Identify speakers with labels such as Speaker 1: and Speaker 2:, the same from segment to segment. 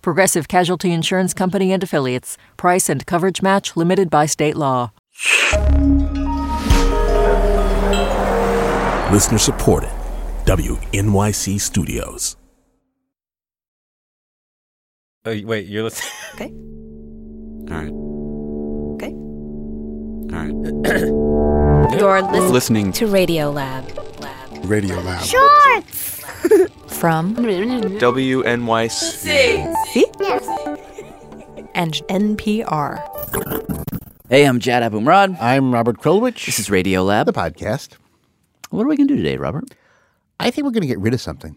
Speaker 1: Progressive Casualty Insurance Company and Affiliates. Price and coverage match limited by state law.
Speaker 2: Listener supported. WNYC Studios.
Speaker 3: Oh, y- wait, you're listening.
Speaker 4: Okay.
Speaker 5: All right.
Speaker 4: Okay.
Speaker 5: All right.
Speaker 4: You're listening
Speaker 5: Listening
Speaker 4: to Radio Lab.
Speaker 6: Radio Lab.
Speaker 4: From
Speaker 5: WNYC.
Speaker 4: and NPR.
Speaker 7: Hey, I'm Jad Abumrad.
Speaker 6: I'm Robert Krulwich.
Speaker 7: This is Radio Lab.
Speaker 6: the podcast.
Speaker 7: What are we going to do today, Robert?
Speaker 6: I think we're going to get rid of something.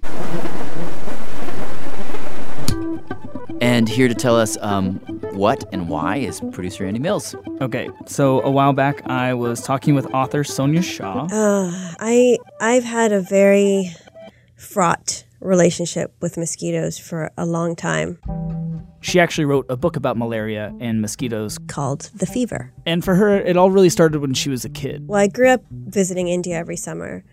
Speaker 7: And here to tell us um, what and why is producer Andy Mills.
Speaker 8: Okay, so a while back I was talking with author Sonia Shaw.
Speaker 9: I I've had a very fraught relationship with mosquitoes for a long time
Speaker 8: She actually wrote a book about malaria and mosquitoes.
Speaker 9: called The Fever.
Speaker 8: And for her, it all really started when she was a kid.
Speaker 9: Well, I grew up visiting India every summer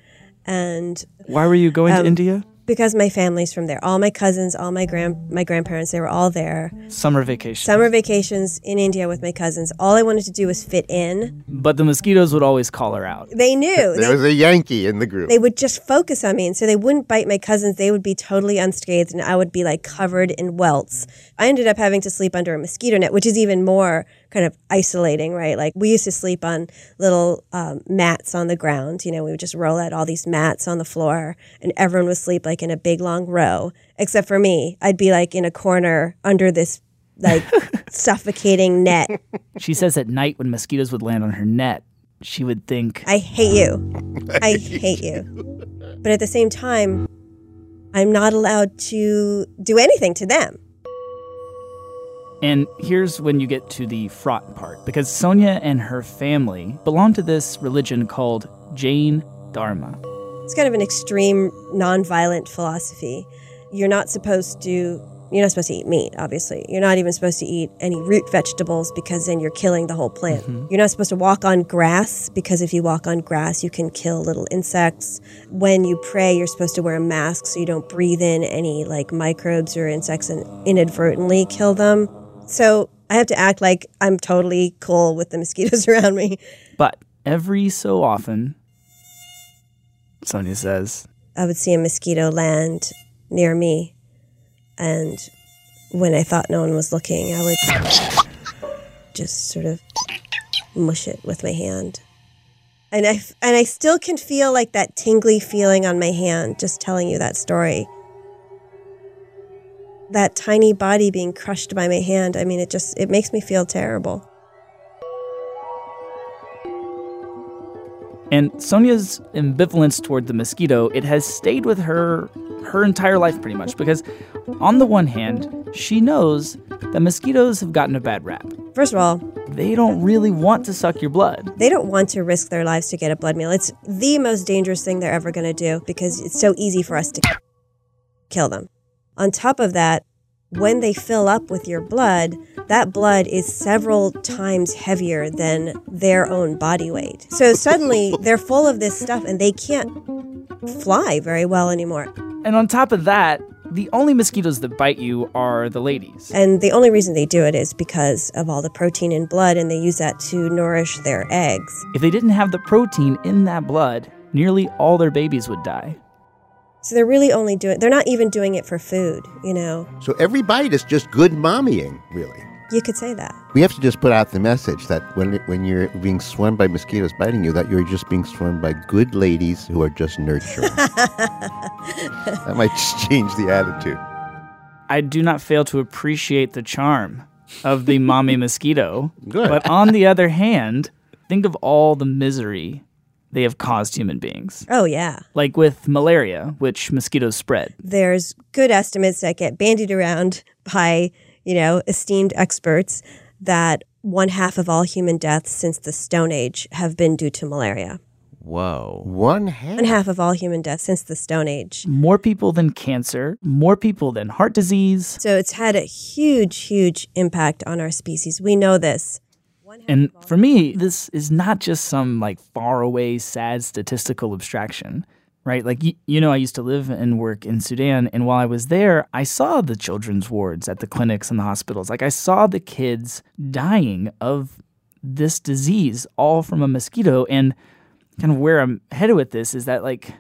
Speaker 9: and
Speaker 8: Why were you going
Speaker 9: Um,
Speaker 8: to India?
Speaker 9: because my family's from there, all my cousins, all my grand my grandparents, they were all there.
Speaker 8: Summer vacation.
Speaker 9: Summer vacations in India with my cousins. All I wanted to do was fit in.
Speaker 8: But the mosquitoes would always call her out.
Speaker 9: They knew.
Speaker 6: There
Speaker 9: They,
Speaker 6: was a Yankee in the group.
Speaker 9: they would just focus on me and so they wouldn't bite my cousins. They would be totally unscathed and I would be like covered in welts. I ended up having to sleep under a mosquito net, which is even more kind of isolating, right? Like we used to sleep on little um, mats on the ground. You know, we would just roll out all these mats on the floor and everyone would sleep like in a big long row, except for me. I'd be like in a corner under this like suffocating net.
Speaker 8: She says at night when mosquitoes would land on her net, she would think,
Speaker 9: I hate you. I hate you. But at the same time, I'm not allowed to do anything to them.
Speaker 8: And here's when you get to the fraught part, because Sonia and her family belong to this religion called Jain Dharma.
Speaker 9: It's kind of an extreme nonviolent philosophy. You're not supposed to you're not supposed to eat meat, obviously. You're not even supposed to eat any root vegetables because then you're killing the whole plant. You're not supposed to walk on grass because if you walk on grass, you can kill little insects. When you pray, you're supposed to wear a mask so you don't breathe in any like microbes or insects and inadvertently kill them. So I have to act like I'm totally cool with the mosquitoes around me.
Speaker 8: But every so often, Sonia says,
Speaker 9: I would see a mosquito land near me. And when I thought no one was looking, I would just sort of mush it with my hand. And I, f- and I still can feel like that tingly feeling on my hand just telling you that story. That tiny body being crushed by my hand, I mean, it just, it makes me feel terrible.
Speaker 8: And Sonia's ambivalence toward the mosquito, it has stayed with her her entire life pretty much because on the one hand, she knows that mosquitoes have gotten a bad rap.
Speaker 9: First of all,
Speaker 8: They don't really want to suck your blood.
Speaker 9: They don't want to risk their lives to get a blood meal. It's the most dangerous thing they're ever going to do because it's so easy for us to kill them. On top of that, when they fill up with your blood, that blood is several times heavier than their own body weight. So suddenly they're full of this stuff and they can't fly very well anymore.
Speaker 8: And on top of that, the only mosquitoes that bite you are the ladies.
Speaker 9: And the only reason they do it is because of all the protein in blood and they use that to nourish their eggs.
Speaker 8: If they didn't have the protein in that blood, nearly all their babies would die.
Speaker 9: So they're really only doing, they're not even doing it for food, you know?
Speaker 6: so every bite is just good mommying, really.
Speaker 9: You could say that.
Speaker 6: We have to just put out the message that when it, when you're being swarmed by mosquitoes biting you, that you're just being swarmed by good ladies who are just nurturing. that might just change the attitude.
Speaker 8: I do not fail to appreciate the charm of the mommy mosquito.
Speaker 6: Good.
Speaker 8: But on the other hand, think of all the misery they have caused human beings.
Speaker 9: Oh, yeah.
Speaker 8: Like with malaria, which mosquitoes spread.
Speaker 9: There's good estimates that get bandied around by, you know, esteemed experts that one half of all human deaths since the Stone Age have been due to malaria.
Speaker 7: Whoa.
Speaker 6: One half.
Speaker 9: One half of all human deaths since the Stone Age.
Speaker 8: More people than cancer, more people than heart disease,
Speaker 9: So it's had a huge, huge impact on our species. We know this.
Speaker 8: And for me, this is not just some like faraway, sad statistical abstraction, right? Like, y- you know, I used to live and work in Sudan. And while I was there, I saw the children's wards at the clinics and the hospitals. Like, I saw the kids dying of this disease, all from a mosquito. And kind of where I'm headed with this is that, like,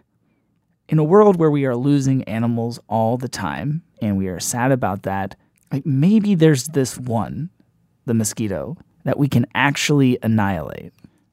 Speaker 8: in a world where we are losing animals all the time and we are sad about that, like maybe there's this one, the mosquito, that we can actually annihilate.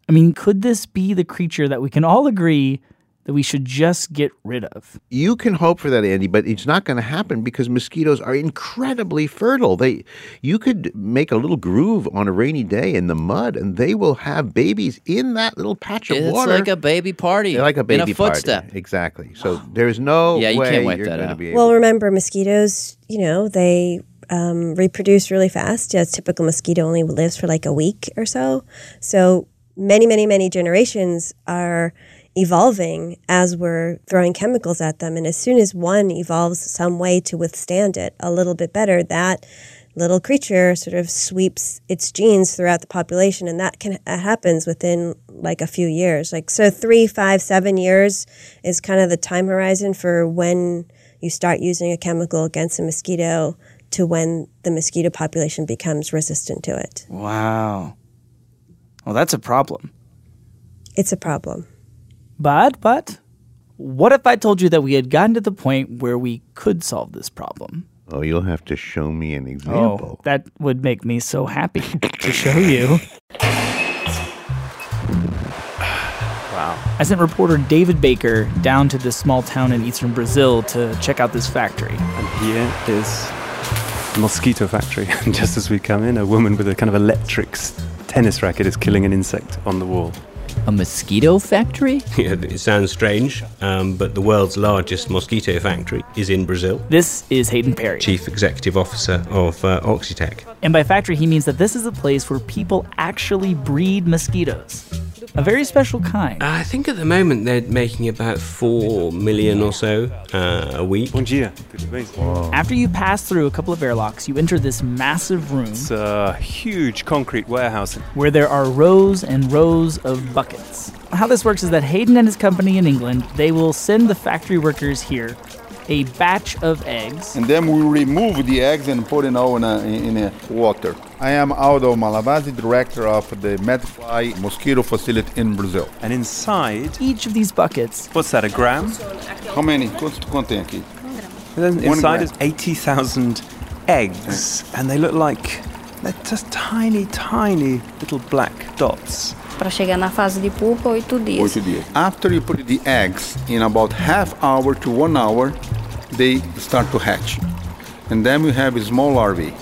Speaker 8: I mean, could this be the creature that we can all agree that we should just get rid of?
Speaker 6: You can hope for that, Andy, but it's not going to happen because mosquitoes are incredibly fertile. They, you could make a little groove on a rainy day in the mud, and they will have babies in that little patch of
Speaker 7: It's
Speaker 6: water.
Speaker 7: like a baby party.
Speaker 6: They're like a baby
Speaker 7: In a
Speaker 6: party.
Speaker 7: footstep.
Speaker 6: Exactly. So there is no
Speaker 7: Yeah, you
Speaker 6: way
Speaker 7: can't wipe
Speaker 6: you're
Speaker 7: that
Speaker 6: going to
Speaker 7: out.
Speaker 6: be able.
Speaker 9: Well, remember, mosquitoes, you know, they um, reproduce really fast. A typical mosquito only lives for like a week or so. So many, many, many generations are evolving as we're throwing chemicals at them. And as soon as one evolves some way to withstand it a little bit better, that little creature sort of sweeps its genes throughout the population and that can that happens within like a few years like so three five seven years is kind of the time horizon for when you start using a chemical against a mosquito to when the mosquito population becomes resistant to it
Speaker 8: Wow. Well, that's a problem.
Speaker 9: it's a problem
Speaker 8: But, but, what if I told you that we had gotten to the point where we could solve this problem?
Speaker 6: Oh, you'll have to show me an example.
Speaker 8: Oh, that would make me so happy to show you. Wow. I sent reporter David Baker down to this small town in eastern Brazil to check out this factory.
Speaker 10: And here is the mosquito factory. And just as we come in, a woman with a kind of electric s- tennis racket is killing an insect on the wall.
Speaker 7: A mosquito factory?
Speaker 3: Yeah, it sounds strange, um, but the world's largest mosquito factory is in Brazil.
Speaker 8: This is Hayden Perry.
Speaker 3: Chief Executive Officer of uh, Oxitec.
Speaker 8: And by factory, he means that this is a place where people actually breed mosquitoes. A very special kind.
Speaker 3: I think at the moment they're making about four million or so uh, a week.
Speaker 10: Bom dia. Tudo bem?
Speaker 8: After you pass through a couple of airlocks, you enter this massive room
Speaker 10: It's a huge concrete warehouse.
Speaker 8: where there are rows and rows of buckets. How this works is that Hayden and his company in England, they will send the factory workers here a batch of eggs.
Speaker 11: and then we remove the eggs and put it all in, a, in a water. I am Aldo Malavasi, director of the Medfly mosquito facility in Brazil.
Speaker 10: And inside,
Speaker 8: Each of these buckets,
Speaker 10: what's that, a gram?
Speaker 11: How many? Quanto contém aqui?
Speaker 10: And then
Speaker 11: One
Speaker 10: inside
Speaker 11: gram.
Speaker 10: is 80,000 eggs. And they look like they're just tiny, tiny little black dots.
Speaker 4: Para chegar na fase de pupa, oito dias.
Speaker 11: Oito dias. After you put the eggs in about half hour to one hour, they start to hatch. And then we have a small larvae.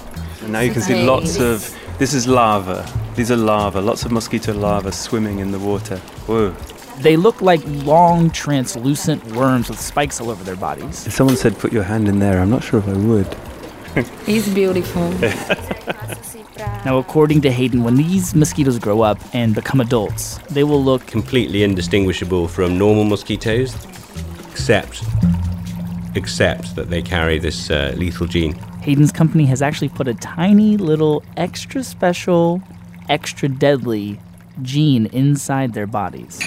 Speaker 10: And now you can see lots of. This is lava. These are lava. Lots of mosquito larvae swimming in the water. Whoa.
Speaker 8: they look like long, translucent worms with spikes all over their bodies.
Speaker 10: If someone said put your hand in there, I'm not sure if I would.
Speaker 4: It's beautiful.
Speaker 8: Now, according to Hayden, when these mosquitoes grow up and become adults, they will look
Speaker 3: Completely indistinguishable from normal mosquitoes, except except that they carry this uh, lethal gene.
Speaker 8: Hayden's company has actually put a tiny little extra special, extra deadly gene inside their bodies,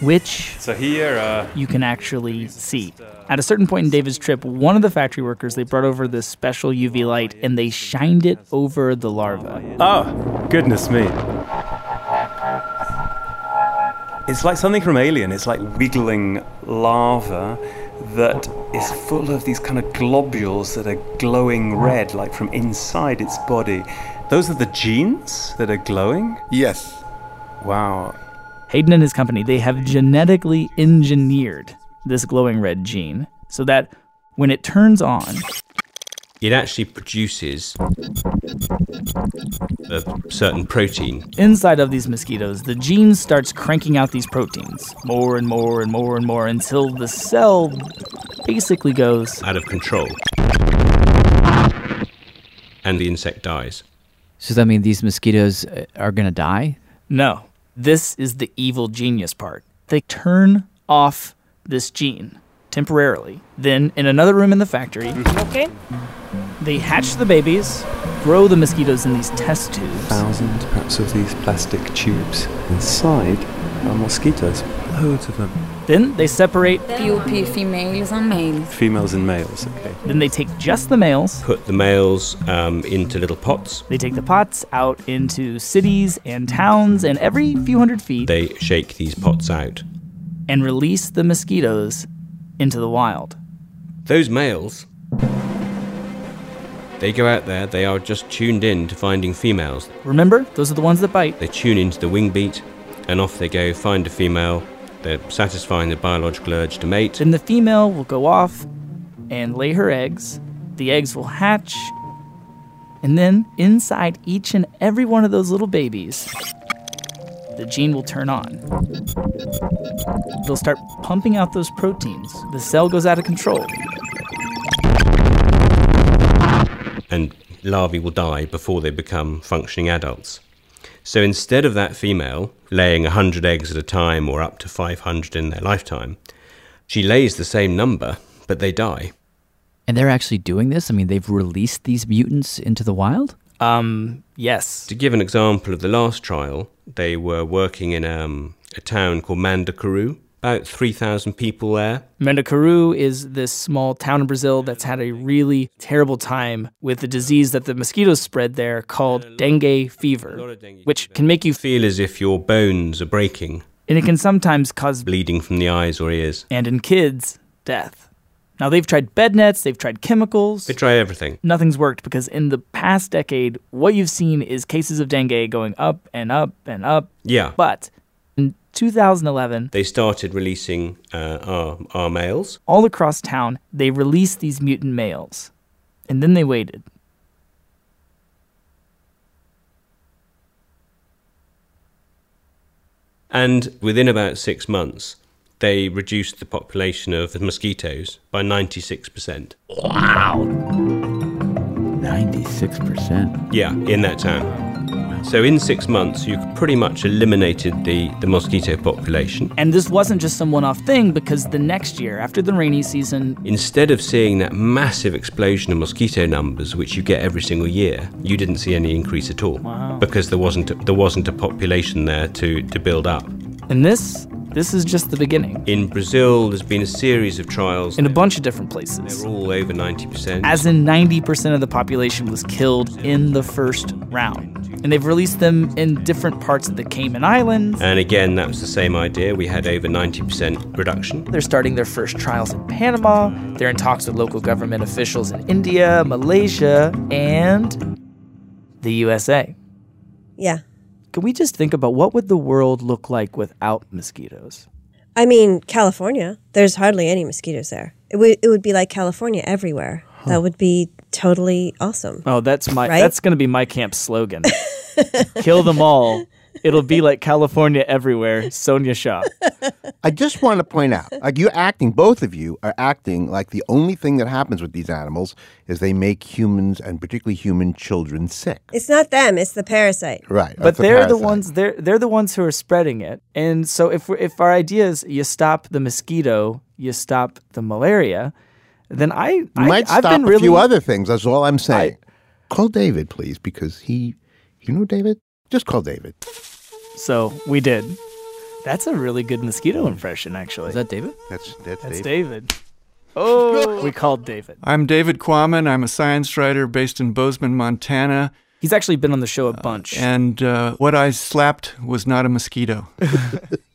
Speaker 8: which
Speaker 10: So here, uh,
Speaker 8: you can actually see. At a certain point in David's trip, one of the factory workers they brought over this special UV light and they shined it over the larva.
Speaker 10: oh, goodness me. It's like something from Alien. It's like wiggling lava that is full of these kind of globules that are glowing red, like from inside its body. Those are the genes that are glowing?
Speaker 11: Yes.
Speaker 10: Wow.
Speaker 8: Hayden and his company, they have genetically engineered this glowing red gene so that when it turns on,
Speaker 3: It actually produces a certain protein
Speaker 8: inside of these mosquitoes, the gene starts cranking out these proteins more and more and more and more until the cell basically goes
Speaker 3: out of control. and the insect dies.
Speaker 7: So does that mean these mosquitoes uh, are going to die?
Speaker 8: No, this is the evil genius part. They turn off this gene temporarily. Then, in another room in the factory,
Speaker 12: Okay.
Speaker 8: they hatch the babies, grow the mosquitoes in these test tubes.
Speaker 10: Thousand perhaps of these plastic tubes. Inside are mosquitoes, loads of them.
Speaker 8: Then they separate,
Speaker 4: Pupae females and males.
Speaker 10: Females and males, okay.
Speaker 8: then they take just the males,
Speaker 3: Put the males um, into little pots.
Speaker 8: they take the pots out into cities and towns and every few hundred feet
Speaker 3: They shake these pots out.
Speaker 8: and release the mosquitoes into the wild.
Speaker 3: Those males, they go out there, they are just tuned in to finding females.
Speaker 8: Remember, those are the ones that bite.
Speaker 3: They tune into the wing beat, and off they go, find a female. They're satisfying their biological urge to mate.
Speaker 8: Then the female will go off and lay her eggs. The eggs will hatch. And then inside each and every one of those little babies, the gene will turn on. They'll start pumping out those proteins. The cell goes out of control.
Speaker 3: and larvae will die before they become functioning adults. So instead of that female laying 100 eggs at a time or up to 500 in their lifetime, she lays the same number, but they die.
Speaker 7: And they're actually doing this? I mean, they've released these mutants into the wild?
Speaker 8: Um, yes.
Speaker 3: To give an example of the last trial, they were working in um, a town called Mandakaru, about 3,000 people there.
Speaker 8: Mendicaru is this small town in Brazil that's had a really terrible time with the disease that the mosquitoes spread there called dengue fever, which can make you
Speaker 3: Feel as if your bones are breaking,
Speaker 8: and it can sometimes cause
Speaker 3: bleeding from the eyes or ears.
Speaker 8: and in kids, death. Now they've tried bed nets, they've tried chemicals.
Speaker 3: They try everything.
Speaker 8: Nothing's worked because in the past decade, what you've seen is cases of dengue going up and up and up.
Speaker 3: Yeah.
Speaker 8: But in 2011,
Speaker 3: They started releasing uh, our, our males.
Speaker 8: all across town, they released these mutant males. And then they waited.
Speaker 3: And within about six months, they reduced the population of mosquitoes by 96%.
Speaker 7: 96%.
Speaker 3: Yeah, in that town. So in six months, you pretty much eliminated the, the mosquito population.
Speaker 8: And this wasn't just some one off thing because the next year, after the rainy season,
Speaker 3: Instead of seeing that massive explosion of mosquito numbers, which you get every single year, you didn't see any increase at all
Speaker 8: Wow.
Speaker 3: because there wasn't a, there wasn't a population there to, to build up.
Speaker 8: and this, this is just the beginning
Speaker 3: In Brazil, there's been a series of trials.
Speaker 8: in a bunch of different places.
Speaker 3: They're all over 90%.
Speaker 8: as in 90% of the population was killed in the first round. And they've released them in different parts of the Cayman Islands.
Speaker 3: And again, that was the same idea. We had over 90% reduction.
Speaker 8: They're starting their first trials in Panama. They're in talks with local government officials in India, Malaysia, and the USA.
Speaker 9: Yeah.
Speaker 8: Can we just think about what would the world look like without mosquitoes?
Speaker 9: I mean, California, there's hardly any mosquitoes there. It would it would be like California everywhere. That would be totally awesome.
Speaker 8: Oh, that's my
Speaker 9: Right?
Speaker 8: that's going to be my camp slogan. Kill them all. It'll be like California everywhere. Sonia Shaw.
Speaker 13: I just want to point out, like you're acting, both of you are acting like the only thing that happens with these animals is they make humans and particularly human children sick.
Speaker 9: It's not them, it's the parasite.
Speaker 13: Right.
Speaker 8: but
Speaker 13: that's a
Speaker 8: they're the
Speaker 13: parasite.
Speaker 8: ones they're they're the ones who are spreading it. And so if we're, if our idea is you stop the mosquito, you stop the malaria, then I you
Speaker 13: You
Speaker 8: I,
Speaker 13: might
Speaker 8: I've
Speaker 13: stop
Speaker 8: been
Speaker 13: a
Speaker 8: really
Speaker 13: few other things. That's all I'm saying. call David, please, because he, you know, David. Just call David.
Speaker 8: so we did. That's a really good mosquito impression, actually. Is that
Speaker 7: David?
Speaker 13: That's that's,
Speaker 8: That's David. Oh, we called David.
Speaker 14: I'm David Quammen. I'm a science writer based in Bozeman, Montana.
Speaker 8: He's actually been on the show a bunch.
Speaker 14: And uh, what I slapped was not a mosquito.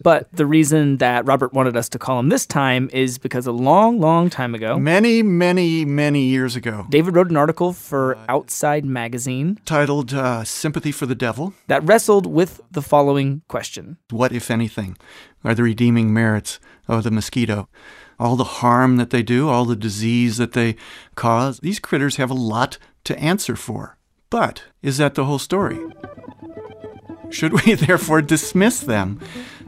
Speaker 8: But the reason that Robert wanted us to call him this time is because a long, long time ago,
Speaker 14: Many, many, many years ago,
Speaker 8: David wrote an article for Outside Magazine
Speaker 14: titled uh, Sympathy for the Devil
Speaker 8: that wrestled with the following question
Speaker 14: What, if anything, are the redeeming merits of the mosquito? All the harm that they do, all the disease that they cause, these critters have a lot to answer for. But is that the whole story? Should we therefore dismiss them?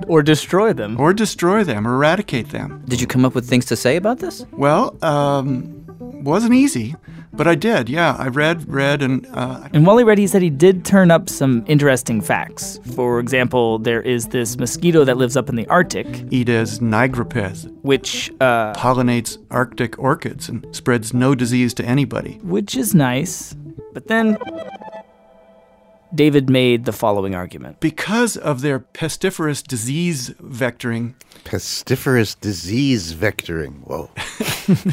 Speaker 8: Or destroy them.
Speaker 14: Or destroy them, eradicate them.
Speaker 7: Did you come up with things to say about this?
Speaker 14: Well, um, wasn't easy.
Speaker 9: But I did, yeah. I read, read, and uh,
Speaker 8: And while he read, he said he did turn up some interesting facts. For example, there is this mosquito that lives up in the Arctic,
Speaker 9: Ides nigripes,
Speaker 8: which uh,
Speaker 9: pollinates Arctic orchids and spreads no disease to anybody.
Speaker 8: which is nice. But then David made the following argument.
Speaker 9: Because of their pestiferous disease vectoring,
Speaker 6: Pestiferous disease vectoring. Whoa.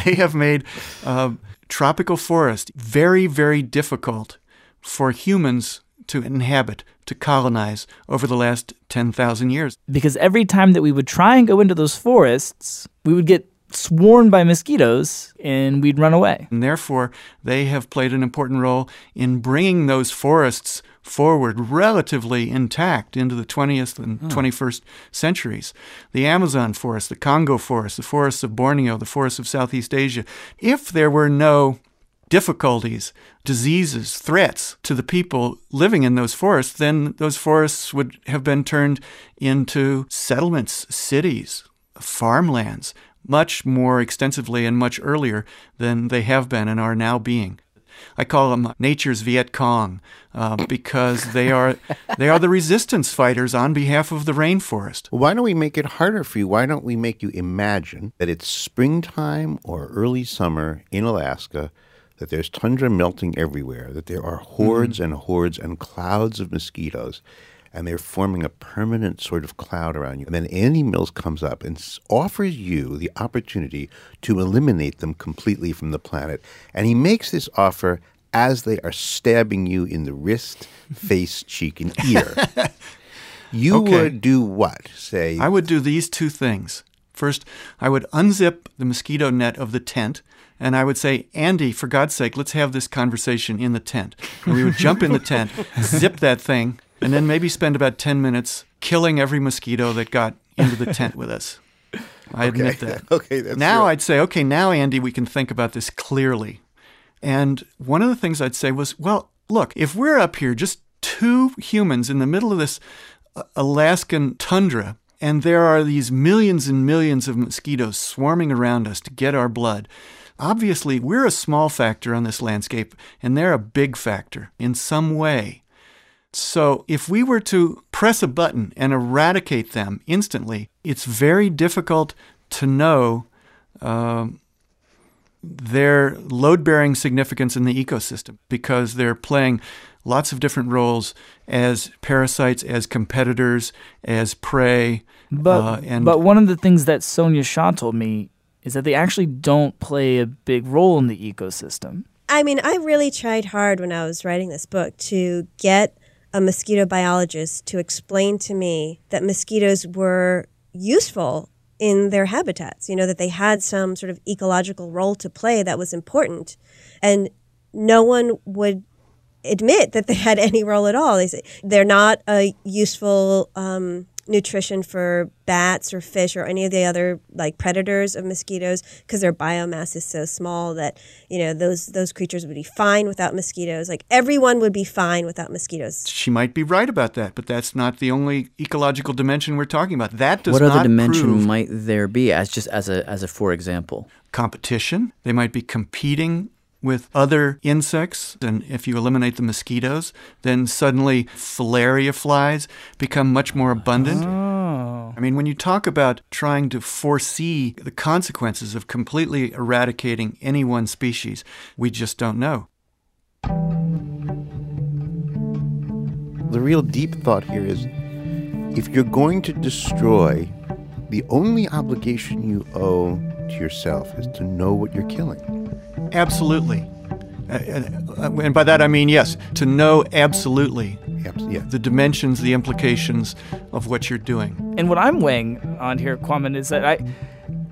Speaker 9: they have made um, tropical forest very, very difficult for humans to inhabit, to colonize over the last 10,000 years.
Speaker 8: Because every time that we would try and go into those forests, we would get swarmed by mosquitoes and we'd run away.
Speaker 9: And therefore, they have played an important role in bringing those forests forward relatively intact into the 20th and
Speaker 15: Hmm.
Speaker 9: 21st centuries. The Amazon forest, the Congo forest, the forests of Borneo, the forests of Southeast Asia. If there were no difficulties, diseases, threats to the people living in those forests, then those forests would have been turned into settlements, cities, farmlands, much more extensively and much earlier than they have been and are now being. I call them nature's Viet Cong uh, because they are they are the resistance fighters on behalf of the rainforest.
Speaker 6: Why don't we make it harder for you? Why don't we make you imagine that it's springtime or early summer in Alaska, that there's tundra melting everywhere, that there are hordes and hordes and clouds of mosquitoes, and they're forming a permanent sort of cloud around you. And then Andy Mills comes up and s- offers you the opportunity to eliminate them completely from the planet. And he makes this offer as they are stabbing you in the wrist, face, cheek, and ear. You
Speaker 9: Okay.
Speaker 6: would do what? Say
Speaker 9: I would do these two things. First, I would unzip the mosquito net of the tent, and I would say, Andy, for God's sake, let's have this conversation in the tent. And we would jump in the tent, zip that thing, and then maybe spend about 10 minutes killing every mosquito that got into the tent with us. I admit that.
Speaker 6: okay, that's
Speaker 9: now I'd say, okay, now, Andy, we can think about this clearly. And one of the things I'd say was, well, look, if we're up here, just two humans in the middle of this uh, Alaskan tundra, and there are these millions and millions of mosquitoes swarming around us to get our blood. Obviously, we're a small factor on this landscape, and they're a big factor in some way. So, if we were to press a button and eradicate them instantly, it's very difficult to know um, their load bearing significance in the ecosystem because they're playing lots of different roles as parasites, as competitors, as prey.
Speaker 8: But
Speaker 9: uh, and
Speaker 8: but one of the things that Sonia Shaw told me is that they actually don't play a big role in the ecosystem.
Speaker 16: I mean, I really tried hard when I was writing this book to get a mosquito biologist to explain to me that mosquitoes were useful in their habitats, you know, that they had some sort of ecological role to play that was important. And no one would admit that they had any role at all. They say they're not a useful um, nutrition for bats or fish or any of the other like predators of mosquitoes because their biomass is so small that you know those those creatures would be fine without mosquitoes. Like everyone would be fine without mosquitoes.
Speaker 9: she might be right about that, but that's not the only ecological dimension we're talking about. That does
Speaker 17: what
Speaker 9: not
Speaker 17: other dimension
Speaker 9: prove
Speaker 17: might there be as just as a as a for example?
Speaker 9: competition. They might be competing with other insects. And if you eliminate the mosquitoes, then suddenly filaria flies become much more abundant.
Speaker 17: Oh.
Speaker 9: I mean, when you talk about trying to foresee the consequences of completely eradicating any one species, we just don't know.
Speaker 6: The real deep thought here is if you're going to destroy, the only obligation you owe to yourself is to know what you're killing.
Speaker 9: Absolutely. Uh, uh, And by that I mean, yes, to know absolutely the dimensions, the implications of what you're doing.
Speaker 8: And what I'm weighing on here, Quammen, is that I,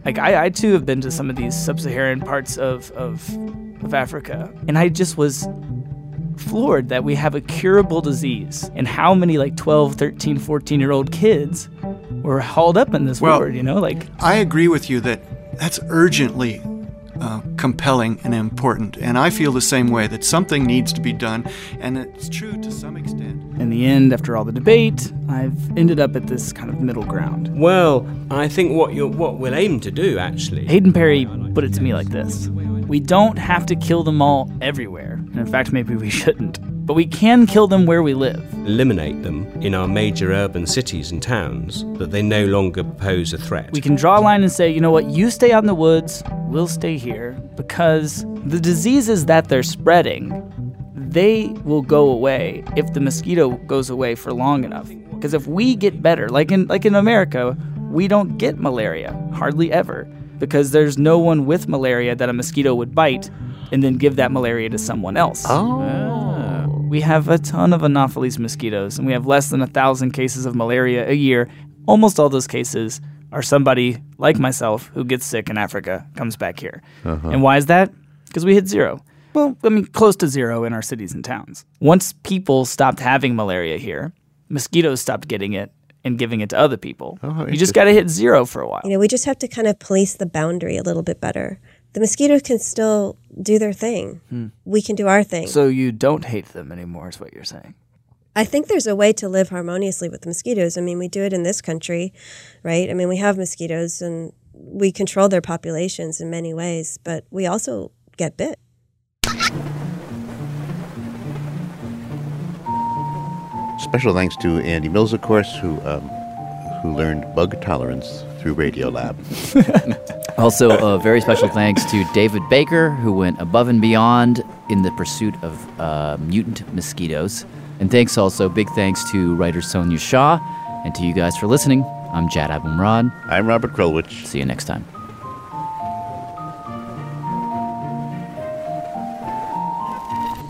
Speaker 8: like I, I too have been to some of these sub-Saharan parts of of, of Africa, and I just was floored that we have a curable disease and how many like 12 13 14 year old kids were hauled up in this war you know like
Speaker 9: I agree with you that that's urgently uh, compelling and important, and I feel the same way that something needs to be done, and it's true to some extent.
Speaker 8: in the end after all the debate i've ended up at this kind of middle ground
Speaker 3: Well, I think what you're, what we'll aim to do actually.
Speaker 8: hayden perry put it to me like this We don't have to kill them all everywhere. And in fact, maybe we shouldn't. But we can kill them where we live.
Speaker 3: Eliminate them in our major urban cities and towns that they no longer pose a threat.
Speaker 8: We can draw a line and say, you know what, you stay out in the woods, we'll stay here, because the diseases that they're spreading, they will go away if the mosquito goes away for long enough. Because if we get better, like in like in America, we don't get malaria hardly ever because there's no one with malaria that a mosquito would bite and then give that malaria to someone else.
Speaker 6: Oh.
Speaker 8: we have a ton of Anopheles mosquitoes, and we have less than a thousand cases of malaria a year. Almost all those cases are somebody like myself who gets sick in Africa, comes back here.
Speaker 12: Uh-huh.
Speaker 8: And why is that? Because we hit zero. Well, I mean, close to zero in our cities and towns. Once people stopped having malaria here, mosquitoes stopped getting it and giving it to other people. you just got to hit zero for a while.
Speaker 9: You know, we just have to kind of police the boundary a little bit better. The mosquitoes can still do their thing.
Speaker 8: Hmm.
Speaker 9: We can do our thing.
Speaker 8: So you don't hate them anymore, is what you're saying.
Speaker 9: I think there's a way to live harmoniously with the mosquitoes. I mean, we do it in this country, right? I mean, we have mosquitoes and we control their populations in many ways, but we also get bit.
Speaker 6: Special thanks to Andy Mills, of course, who um, who learned bug tolerance through Radio Lab.
Speaker 7: Also, a very special thanks to David Baker, who went above and beyond in the pursuit of uh, mutant mosquitoes. And thanks also, big thanks to writer Sonia Shaw, and to you guys for listening. I'm Jad Abumrad.
Speaker 6: I'm Robert Krulwich.
Speaker 7: See you next time.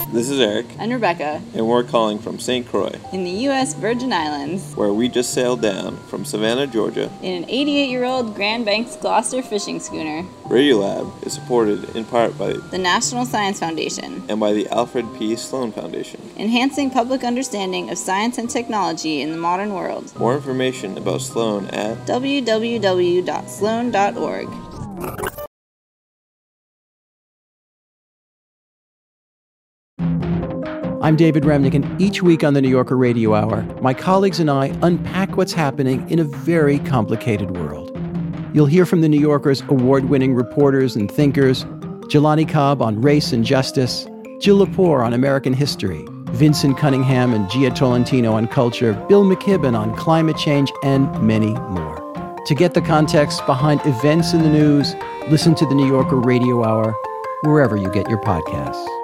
Speaker 18: This is Eric,
Speaker 16: I'm Rebecca
Speaker 18: and we're calling from St. Croix,
Speaker 16: in the U.S. Virgin Islands
Speaker 18: where we just sailed down from Savannah, Georgia.
Speaker 16: in an 88 year old Grand Banks Gloucester fishing schooner,
Speaker 18: Radiolab is supported in part by
Speaker 16: the National Science Foundation,
Speaker 18: and by the Alfred P. Sloan Foundation.
Speaker 16: enhancing public understanding of science and technology in the modern world.
Speaker 18: More information about Sloan at
Speaker 16: www.sloan.org.
Speaker 19: I'm David Remnick, and each week on the New Yorker Radio Hour, my colleagues and I unpack what's happening in a very complicated world. You'll hear from the New Yorker's award winning reporters and thinkers Jelani Cobb on race and justice, Jill Lepore on American history, Vincent Cunningham and Gia Tolentino on culture, Bill McKibben on climate change, and many more. To get the context behind events in the news, listen to the New Yorker Radio Hour wherever you get your podcasts.